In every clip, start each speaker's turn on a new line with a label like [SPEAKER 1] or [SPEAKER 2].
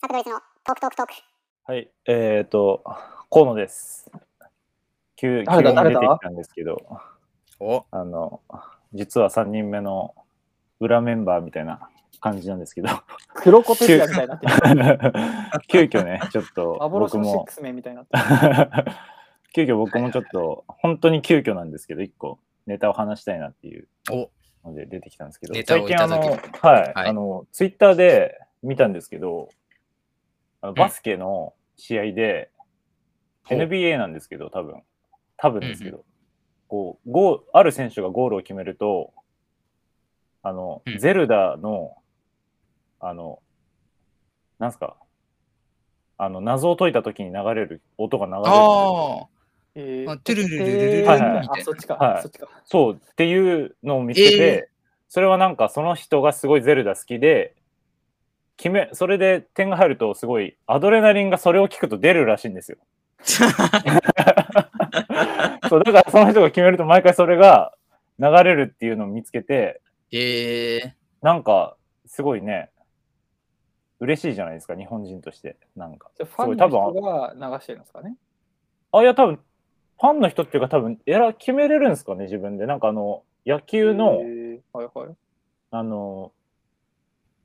[SPEAKER 1] サプドリズのトークトークトーク。
[SPEAKER 2] はい、えっ、ー、と、河野です。急急に
[SPEAKER 3] 誰だ
[SPEAKER 2] 出
[SPEAKER 3] 誰
[SPEAKER 2] て
[SPEAKER 3] だ
[SPEAKER 2] きたんですけど、
[SPEAKER 4] お
[SPEAKER 2] あの、実は3人目の裏メンバーみたいな感じなんですけ ど、
[SPEAKER 3] 黒子哲也みたいになってる。
[SPEAKER 2] 急遽ね、ちょっと
[SPEAKER 3] 幻
[SPEAKER 2] 僕
[SPEAKER 3] のシッ
[SPEAKER 2] も
[SPEAKER 3] ク、スメンみたいになってる。
[SPEAKER 2] 急遽僕もちょっと、本当に急遽なんですけど、一個ネタを話したいなっていう
[SPEAKER 4] お
[SPEAKER 2] ので出てきたんですけど、
[SPEAKER 4] ネタをいただけ
[SPEAKER 2] 最近あの、はい、
[SPEAKER 4] はい
[SPEAKER 2] あの、ツイッターで見たんですけど、あのバスケの試合で、
[SPEAKER 4] ほう
[SPEAKER 2] NBA なんですけど、多分多分ですけど、こうゴーある選手がゴールを決めると、あの、
[SPEAKER 4] うん
[SPEAKER 2] ゼルダの、あの、なんすか、あの、謎を解いた時に流れる、音が流れるんですよ。
[SPEAKER 4] あ
[SPEAKER 3] え
[SPEAKER 4] あ
[SPEAKER 3] ー
[SPEAKER 4] トゥルルルルル
[SPEAKER 3] えー
[SPEAKER 2] はいはい
[SPEAKER 3] あ、そっちか。
[SPEAKER 2] はい
[SPEAKER 3] そっちか。
[SPEAKER 2] そうっていうのを見つけて、
[SPEAKER 4] え
[SPEAKER 2] それはなんかその人がすごいゼルダ好きで決めそれで点が入るとすごいアドレナリンがそれを聞くと出るらしいんです よ。
[SPEAKER 4] あ。
[SPEAKER 2] そうだからその人が決めると毎回それが流れるっていうのを見つけて
[SPEAKER 4] ええ
[SPEAKER 2] なんかすごいね嬉しいじゃないですか日本人としてなんか
[SPEAKER 3] じゃあファン
[SPEAKER 2] そ
[SPEAKER 3] の
[SPEAKER 2] う多
[SPEAKER 3] 人が流してるんですかね。
[SPEAKER 2] あいや多分ファンの人っていうか多分えら決めれるんですかね自分でなんかあの野球の、
[SPEAKER 3] えーはいはい。
[SPEAKER 2] あの、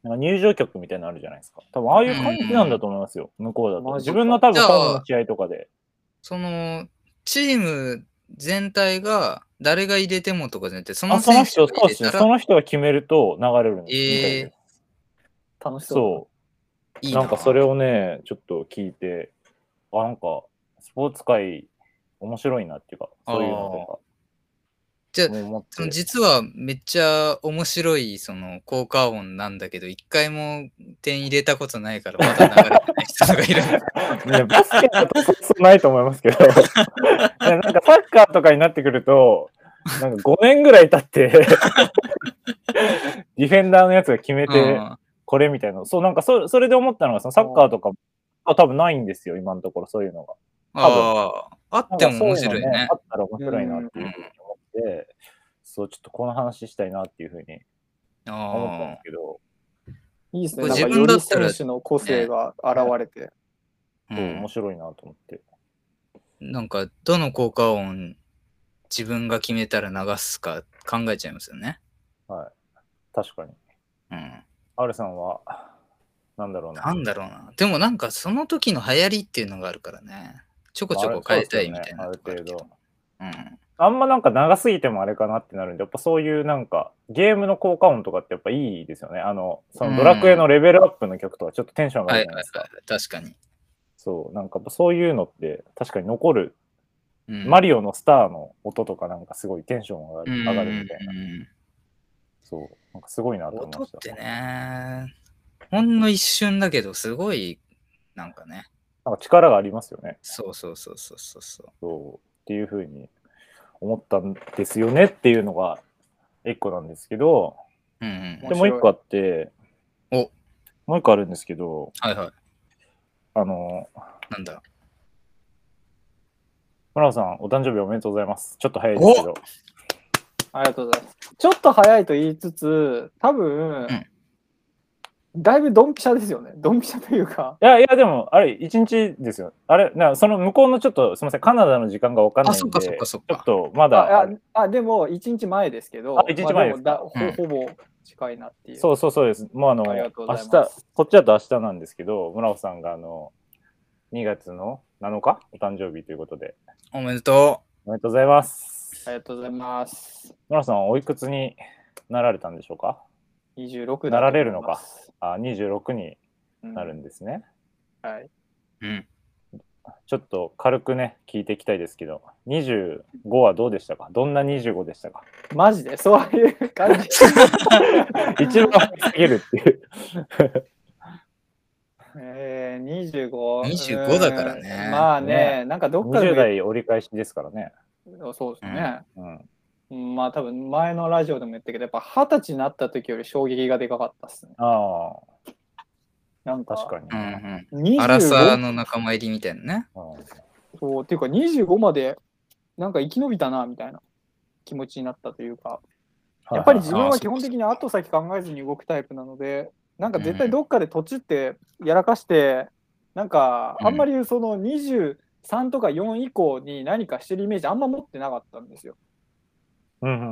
[SPEAKER 2] なんか入場曲みたいなのあるじゃないですか。多分ああいう感じなんだと思いますよ、向こうだと。
[SPEAKER 3] マジ
[SPEAKER 2] 自
[SPEAKER 3] か
[SPEAKER 2] 分の多分
[SPEAKER 4] じゃあ
[SPEAKER 2] ファンの試合とかで。
[SPEAKER 4] その、チーム全体が誰が入れてもとかじゃなくて、そ
[SPEAKER 2] あ、
[SPEAKER 4] の
[SPEAKER 2] その
[SPEAKER 4] 選手
[SPEAKER 2] 人、
[SPEAKER 4] が
[SPEAKER 2] そ
[SPEAKER 4] 入
[SPEAKER 2] うで
[SPEAKER 4] れ
[SPEAKER 2] すね。
[SPEAKER 4] た
[SPEAKER 2] そ
[SPEAKER 4] ら
[SPEAKER 2] の人が決めると流れるんですみたいです。
[SPEAKER 3] 楽しそう。
[SPEAKER 2] そ。
[SPEAKER 4] いうい
[SPEAKER 2] なんかそれをね、ちょっと聞いて、あ、なんか、スポーツ界、面白いなっていうか、そういうの
[SPEAKER 4] じゃ
[SPEAKER 2] と
[SPEAKER 4] あ
[SPEAKER 2] か。思って
[SPEAKER 4] その実はめっちゃ面白いその効果音なんだけど、一回も点入れたことないから、まだ流れてない人がい る。
[SPEAKER 2] いやバスケだとそうそうないと思います けどいやなんかサッカーとかになってくるとなんか5年ぐらい経って ディフェンダーのやつが決めて
[SPEAKER 4] うん
[SPEAKER 2] これみたいな、そうなんかそそれで思ったのがそのサッカーとかは多分ないんですよ今のところそういうのが。
[SPEAKER 4] ああ、あっても面白い
[SPEAKER 2] なんかそううの
[SPEAKER 4] ね
[SPEAKER 2] あ。ったら面白いなっていうふうに思って、そうちょっとこの話したいなっていうふうに思ったんです
[SPEAKER 4] あ
[SPEAKER 2] けど、
[SPEAKER 3] いいですね。
[SPEAKER 4] こ
[SPEAKER 3] な
[SPEAKER 4] れ
[SPEAKER 3] んか
[SPEAKER 4] 自分
[SPEAKER 3] よ
[SPEAKER 4] だ
[SPEAKER 3] り
[SPEAKER 4] ったら
[SPEAKER 3] 選手の個性が現れて。
[SPEAKER 4] あ
[SPEAKER 2] そううん面白いなと思って。
[SPEAKER 4] なんか、どの効果音自分が決めたら流すか考えちゃいますよね。
[SPEAKER 2] はい、確かに。
[SPEAKER 4] うん。
[SPEAKER 2] R さんはなんだろうな。
[SPEAKER 4] なんだろうな。でもなんか、その時の流行りっていうのがあるからね。ちょこちょこ変えたいみたいな
[SPEAKER 2] あれそう
[SPEAKER 4] とこあ
[SPEAKER 2] です
[SPEAKER 4] るけ
[SPEAKER 2] よねある程
[SPEAKER 4] ど
[SPEAKER 2] 度。
[SPEAKER 4] うん。
[SPEAKER 2] あんまなんか長すぎてもあれかなってなるんでやっぱそういうなんかゲームの効果音とかってやっぱいいですよねあのそのドラクエのレベルアップの曲とかちょっとテンション上が
[SPEAKER 4] は
[SPEAKER 2] る
[SPEAKER 4] い
[SPEAKER 2] じゃ
[SPEAKER 4] はい
[SPEAKER 2] な
[SPEAKER 4] はいい
[SPEAKER 2] ですか、。
[SPEAKER 4] 確かに。
[SPEAKER 2] そうなんかやっぱそういうのって確かに残る、
[SPEAKER 4] うん
[SPEAKER 2] マリオのスターの音とかなんかすごいテンション上が
[SPEAKER 4] う
[SPEAKER 2] る,、
[SPEAKER 4] ん
[SPEAKER 2] 上がるみたいな
[SPEAKER 4] うん
[SPEAKER 2] そうなんかすごいなと思い
[SPEAKER 4] 音
[SPEAKER 2] ま
[SPEAKER 4] っ
[SPEAKER 2] した
[SPEAKER 4] てね、ほんの一瞬だけど、すごい、なんかね。
[SPEAKER 2] なんか力がありますよね
[SPEAKER 4] そうそうそうそうそうそう。
[SPEAKER 2] そうっていうふうに思ったんですよねっていうのが一個なんですけど
[SPEAKER 4] うんうん。
[SPEAKER 2] でもう一個あって
[SPEAKER 4] お
[SPEAKER 2] もう一個あるんですけど
[SPEAKER 4] はいはい。
[SPEAKER 2] あの、
[SPEAKER 4] なんだ。
[SPEAKER 2] 村尾さん、お誕生日おめでとうございます。ちょっと早いですけど。
[SPEAKER 3] ありがとうございます。ちょっと早いと言いつつ、多分
[SPEAKER 4] ん、
[SPEAKER 3] だいぶドンピシャですよね。ドンピシャというか。
[SPEAKER 2] いやいや、でも、あれ、一日ですよ。あれ、なその向こうのちょっと、すみません、カナダの時間がわかんないんで、
[SPEAKER 4] あそっかそっかそっか
[SPEAKER 2] ちょっと、まだ、
[SPEAKER 3] あああでも、1日前ですけど、
[SPEAKER 2] あ一日前ですか
[SPEAKER 3] まあもだ
[SPEAKER 4] うん
[SPEAKER 3] ほほぼ近いなっていう。
[SPEAKER 2] そうそうそうです。もうあの、
[SPEAKER 3] あり
[SPEAKER 2] 明
[SPEAKER 3] が
[SPEAKER 2] 日、
[SPEAKER 3] とう
[SPEAKER 2] こ
[SPEAKER 3] ご
[SPEAKER 2] っ
[SPEAKER 3] ざい
[SPEAKER 2] ち
[SPEAKER 3] ます
[SPEAKER 2] だと明日なんですけど、村尾さんが、あの、2月の7日、お誕生日ということで、
[SPEAKER 4] おめでと
[SPEAKER 2] おめでとうございます。
[SPEAKER 3] ありがとうございます。
[SPEAKER 2] 村尾さんはおいくつになられたんでしょうかな
[SPEAKER 3] 26だと思います
[SPEAKER 2] られるのか。あ、26に
[SPEAKER 3] うん
[SPEAKER 2] なるんですね。
[SPEAKER 3] はい。
[SPEAKER 4] う。うん。
[SPEAKER 2] ちょっと軽くね、聞いていきたいですけど、25はどうでしたかどんな25でしたか
[SPEAKER 3] マジで、そういう感じ。
[SPEAKER 2] 一番下げるっていう。
[SPEAKER 3] えー、25。
[SPEAKER 4] 25だからね
[SPEAKER 3] うんまあね、なん かどっかで
[SPEAKER 2] 20
[SPEAKER 3] も
[SPEAKER 2] 代折り返しですからね。
[SPEAKER 3] そうですね。
[SPEAKER 2] うん。
[SPEAKER 3] うんまあ多分前のラジオでも言ったけど、やっぱ二十歳になった時より衝撃がでかかったっすね。
[SPEAKER 2] あ
[SPEAKER 3] なん
[SPEAKER 2] あ、
[SPEAKER 3] か、
[SPEAKER 2] 確かに。
[SPEAKER 4] うんうん。
[SPEAKER 3] に。
[SPEAKER 4] アラサーの仲間入りみたいなね。
[SPEAKER 2] うん
[SPEAKER 3] そうっていうか25までなんか生き延びたなみたいな気持ちになったというかやっぱり自分は基本的に後先考えずに動くタイプなのでなんか絶対どっかで途中ってやらかして、なんかあんまりその23とか4以降に何かしてるイメージあんま持ってなかったんですよ。
[SPEAKER 2] うんう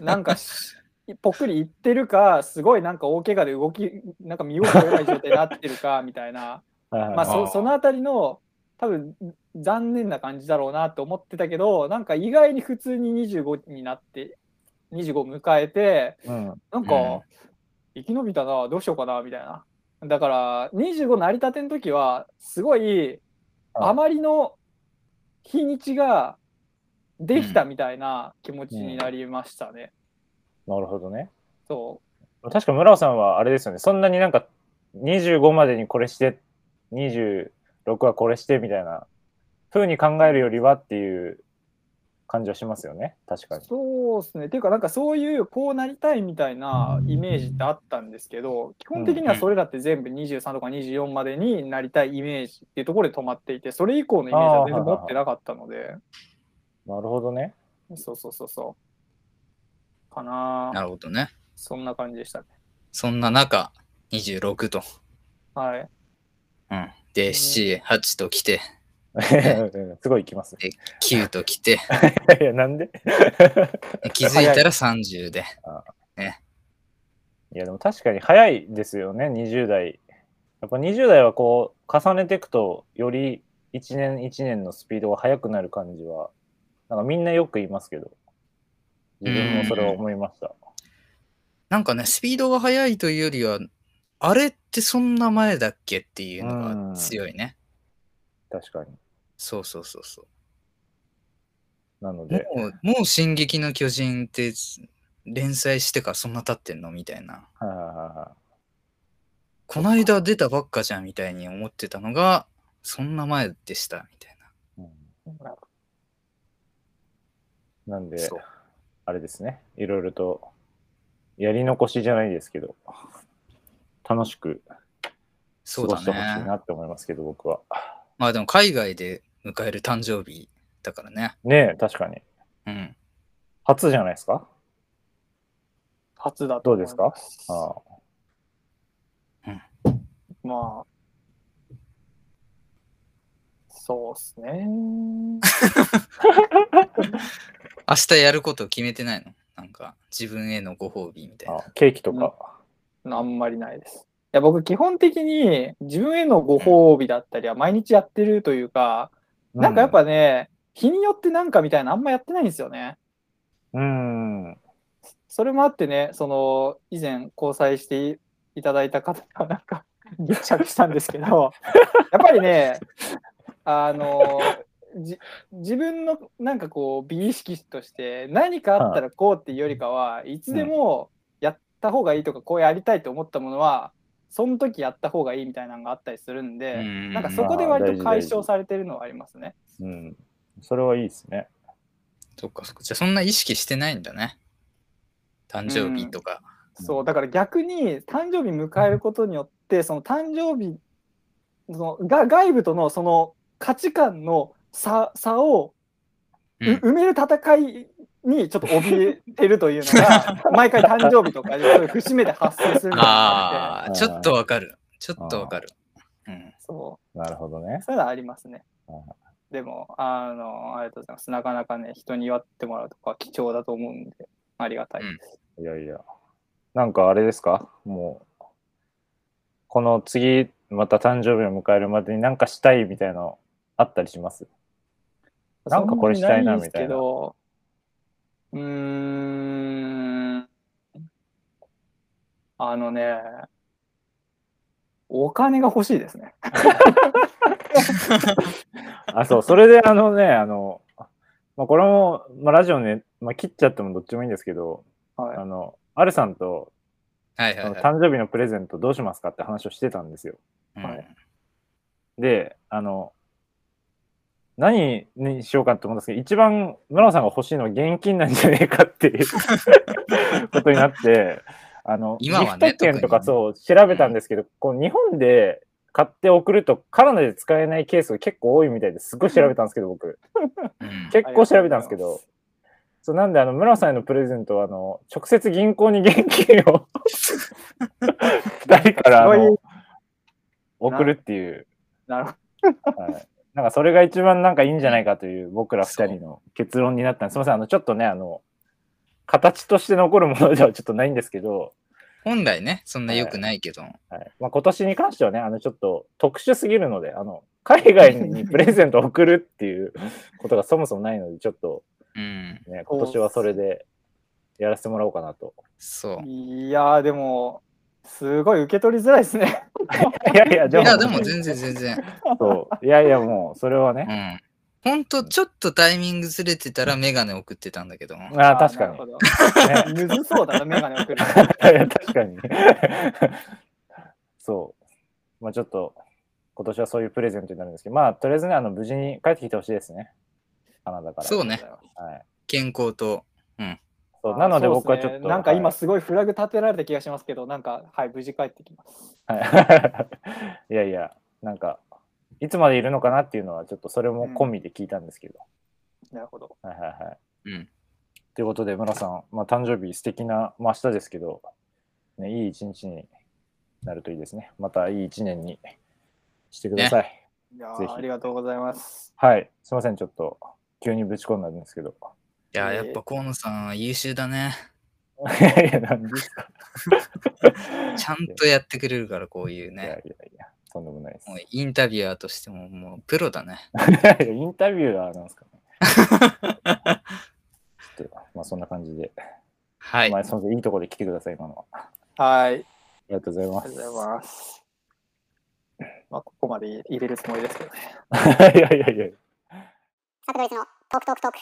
[SPEAKER 2] ん。
[SPEAKER 3] なんかしぽっくりいってるか、すごいなんか大怪我で動き、なんか身動きがない状態になってるかみたいな、
[SPEAKER 2] はい
[SPEAKER 3] まあ
[SPEAKER 4] あ
[SPEAKER 3] そ
[SPEAKER 4] ー
[SPEAKER 3] そのあたりの多分残念な感じだろうなと思ってたけど、なんか意外に普通に25になって、25迎えて、
[SPEAKER 2] うん
[SPEAKER 3] なんか、
[SPEAKER 4] うん
[SPEAKER 3] 生き延びたな、どうしようかな、みたいな。だから、25成り立ての時は、すごい、
[SPEAKER 2] はい
[SPEAKER 3] あまりの日にちができたみたいな気持ちになりましたね。
[SPEAKER 2] なるほどね。
[SPEAKER 3] そ
[SPEAKER 2] 確か村尾さんはあれですよね。そんなになんか25までにこれして、26はこれしてみたいな風に考えるよりはっていう感じはしますよね。確か
[SPEAKER 3] う。
[SPEAKER 2] に。
[SPEAKER 3] そうですね。っていうか、なんかそういう、こうなりたいみたいなイメージってあったんですけど、基本的にはそれだって全部23とか24までになりたいイメージっていうところで止まっていて、それ以降のイメージは全然持ってなかったので、
[SPEAKER 2] なるほどね。
[SPEAKER 3] そうそうそうそう。かな
[SPEAKER 4] なるほどね。
[SPEAKER 3] そんな感じでしたね。
[SPEAKER 4] そんな中、26と。
[SPEAKER 3] はい。
[SPEAKER 4] うん。で、7、8と来て、
[SPEAKER 2] す ごい行きます。
[SPEAKER 4] 9と来て、
[SPEAKER 2] いや、なんで
[SPEAKER 4] 気づいたら30で。
[SPEAKER 2] いや、でも確かに早いですよね、20代。やっぱ20代はこう、重ねていくと、より1年1年のスピードが速くなる感じは、なんかみんなよく言いますけど、自分もそれは思いました。
[SPEAKER 4] なんかね、スピードが速いというよりは、あれってそんな前だっけっていうのが強いね。
[SPEAKER 2] 確かに。
[SPEAKER 4] そうそうそうそう。
[SPEAKER 2] なので、
[SPEAKER 4] もう、もう進撃の巨人って連載してからそんな経ってんのみたいな。
[SPEAKER 2] はいはいはいはい
[SPEAKER 4] こないだ出たばっかじゃんみたいに思ってたのが、そんな前でしたみたい
[SPEAKER 2] うんなん
[SPEAKER 4] な。
[SPEAKER 2] で
[SPEAKER 4] そ、う。
[SPEAKER 2] あれですね、いろいろと、やり残しじゃないですけど、楽しく過
[SPEAKER 4] そう
[SPEAKER 2] ご
[SPEAKER 4] だ
[SPEAKER 2] してほしい
[SPEAKER 4] ね。
[SPEAKER 2] なって思いますけど、僕は。
[SPEAKER 4] まあでも海外で迎える誕生日だからね。
[SPEAKER 2] ねえ、確かに。
[SPEAKER 4] うん。
[SPEAKER 2] 初じゃないですか
[SPEAKER 3] 初だと
[SPEAKER 2] どう
[SPEAKER 3] 思い
[SPEAKER 2] で
[SPEAKER 3] ます
[SPEAKER 2] かああ
[SPEAKER 3] まあそうっす ね
[SPEAKER 4] 明日やることを決めてないのなんか自分へのご褒美みたいな
[SPEAKER 2] あ。ケーキとか。
[SPEAKER 3] あんまりないですいや僕基本的に自分へのご褒美だったりは毎日やってるというか、なんかやっぱね日によってなんかみたいなあんまやってないんですよね
[SPEAKER 2] うん、うん。
[SPEAKER 3] それもあってねその以前交際していただいた方がなんかぎっちゃくしたんですけどやっぱり ねあのじ自分のなんかこう美意識として何かあったらこうっていうよりかはいつでもやった方がいいとかこうやりたいと思ったものはその時やった方がいいみたいなのがあったりするん
[SPEAKER 4] う
[SPEAKER 3] で、
[SPEAKER 4] ん
[SPEAKER 3] なんかそこで割と解消されてるのはありますね。
[SPEAKER 2] うん。それはいいですね。
[SPEAKER 4] そっかそっか。じゃあそんな意識してないんだね。誕生日とか。
[SPEAKER 2] うん
[SPEAKER 3] そうだから逆に誕生日迎えることによってその誕生日そのが外部とのその価値観の差差をう
[SPEAKER 4] うん
[SPEAKER 3] 埋める戦いにちょっと怯えてるというのが 毎回誕生日とかでそういう節目で発生するみたいなのがあって
[SPEAKER 4] ああ、ちょっとわかる。ちょっとわかる。うん。
[SPEAKER 3] そう
[SPEAKER 2] なるほどね。
[SPEAKER 3] そういうのはありますね
[SPEAKER 2] うん。
[SPEAKER 3] でもあのありがとうございますなかなかね人に祝ってもらうとかは貴重だと思うんでありがたいです。
[SPEAKER 2] いやいや。なんかあれですかもう、この次、また誕生日を迎えるまでになんかしたいみたいなのあったりし ますなんかこれしたいなみたいな
[SPEAKER 3] そんんですけどうーん。あのね、お金が欲しいですね。
[SPEAKER 2] あ、そう。それであのね、あの、まあ、これも、まあ、ラジオね、まあ、切っちゃってもどっちもいいんですけど、あ
[SPEAKER 3] は
[SPEAKER 2] の、アルさんと、
[SPEAKER 4] はいは
[SPEAKER 2] そ
[SPEAKER 4] い
[SPEAKER 2] の
[SPEAKER 4] はい。
[SPEAKER 2] 誕生日のプレゼントどうしますかって話をしてたんですよ。
[SPEAKER 4] う
[SPEAKER 3] は
[SPEAKER 4] ん
[SPEAKER 2] で、あの、何にしようかと思ったんですけど、一番村野さんが欲しいのは現金なんじゃねえかって いうことになって、あの、
[SPEAKER 4] 今はね
[SPEAKER 2] ギフト券とか
[SPEAKER 4] 特
[SPEAKER 2] そう調べたんですけど、こう日本で買って送るとカナダで使えないケースが結構多いみたいですごい調べたんですけど、僕。
[SPEAKER 4] うん
[SPEAKER 2] 結構調べたんですけ
[SPEAKER 3] ありがとうございま
[SPEAKER 2] ど、そう なんで、あの、村野さんへのプレゼントは、あの、直接銀行に現金を。二人からあ
[SPEAKER 3] そうい
[SPEAKER 2] の
[SPEAKER 3] う
[SPEAKER 2] 送るっていう、
[SPEAKER 3] なるほど。
[SPEAKER 2] はい、なんかそれが一番なんかいいんじゃないかという僕ら二人の結論になったんです。すみません、あのちょっとね、あの形として残るものではちょっとないんですけど、
[SPEAKER 4] 本来ね、そんな良くないけど。
[SPEAKER 2] はいまあ、今年に関してはね、あのちょっと特殊すぎるので、あの海外にプレゼントを送るって いうことがそもそもないので、ちょっと
[SPEAKER 4] うん。
[SPEAKER 2] ね、今年はそれでやらせてもらおうかなと。
[SPEAKER 4] そう。
[SPEAKER 3] いやー、でも、すごい受け取りづらいですね。
[SPEAKER 2] いやいや、で
[SPEAKER 4] い
[SPEAKER 2] も、
[SPEAKER 4] や、でも全然全然。
[SPEAKER 2] そういやいや、もうそれは
[SPEAKER 4] う
[SPEAKER 2] ね、
[SPEAKER 4] ん。ほんと、ちょっとタイミングずれてたらメガネ送ってたんだけど。
[SPEAKER 2] あー確か に。ね
[SPEAKER 3] に。むずそうだな、メガネ送る。
[SPEAKER 2] いやいや確かに。そう。まあちょっと、今年はそういうプレゼントになるんですけど、まあとりあえずね、あの無事に帰ってきてほしいですね。カナダから。
[SPEAKER 4] そうね。
[SPEAKER 2] はい、
[SPEAKER 4] 健康と。
[SPEAKER 2] そう なので
[SPEAKER 3] あー
[SPEAKER 2] 僕は
[SPEAKER 3] そ
[SPEAKER 2] ち
[SPEAKER 3] うす
[SPEAKER 2] ょ
[SPEAKER 3] ね
[SPEAKER 2] っと。
[SPEAKER 3] なんか今
[SPEAKER 2] は
[SPEAKER 3] すごいフラグ立てられた気がしますけど、なんか、はい、無事帰ってきます。
[SPEAKER 2] い、はい、い やいや、なんか、いつまでいるのかなっていうのは、ちょっとそれも込みで聞いたんですけど。
[SPEAKER 3] なるほど。
[SPEAKER 2] はいはいはい。
[SPEAKER 4] うん。
[SPEAKER 2] ということで、村さん、まあ誕生日素敵な、まあ明日ですけど、ね、いい一日になるといいですね。またいい一年にしてください。
[SPEAKER 3] いや
[SPEAKER 2] ぜひ
[SPEAKER 3] ーありがとうございます。
[SPEAKER 2] はい、すいません、ちょっと急にぶち込んだんですけど。
[SPEAKER 4] いや、
[SPEAKER 3] えー
[SPEAKER 4] やっぱ河野さんは優秀だね。
[SPEAKER 2] いやいや、なんですか。
[SPEAKER 4] ちゃんとやってくれるから、こういう
[SPEAKER 2] いやいや
[SPEAKER 4] ね。
[SPEAKER 2] いや、とんでもないです。
[SPEAKER 4] もうインタビュアーとしても、もうプロだね。
[SPEAKER 2] いやインタビュアーなんですかね。 ちょっとまあそんな感じで、
[SPEAKER 4] はい
[SPEAKER 2] ま。あ、そのいいところで来てください、今のは。あ
[SPEAKER 3] はい、
[SPEAKER 2] りがとうござい
[SPEAKER 3] あ
[SPEAKER 2] ま
[SPEAKER 3] り
[SPEAKER 2] す。
[SPEAKER 3] がとうございます。まあ、ここまで入れるつもりですけどね。
[SPEAKER 2] いやいやいや。
[SPEAKER 1] サクドリスのトークトークトーク。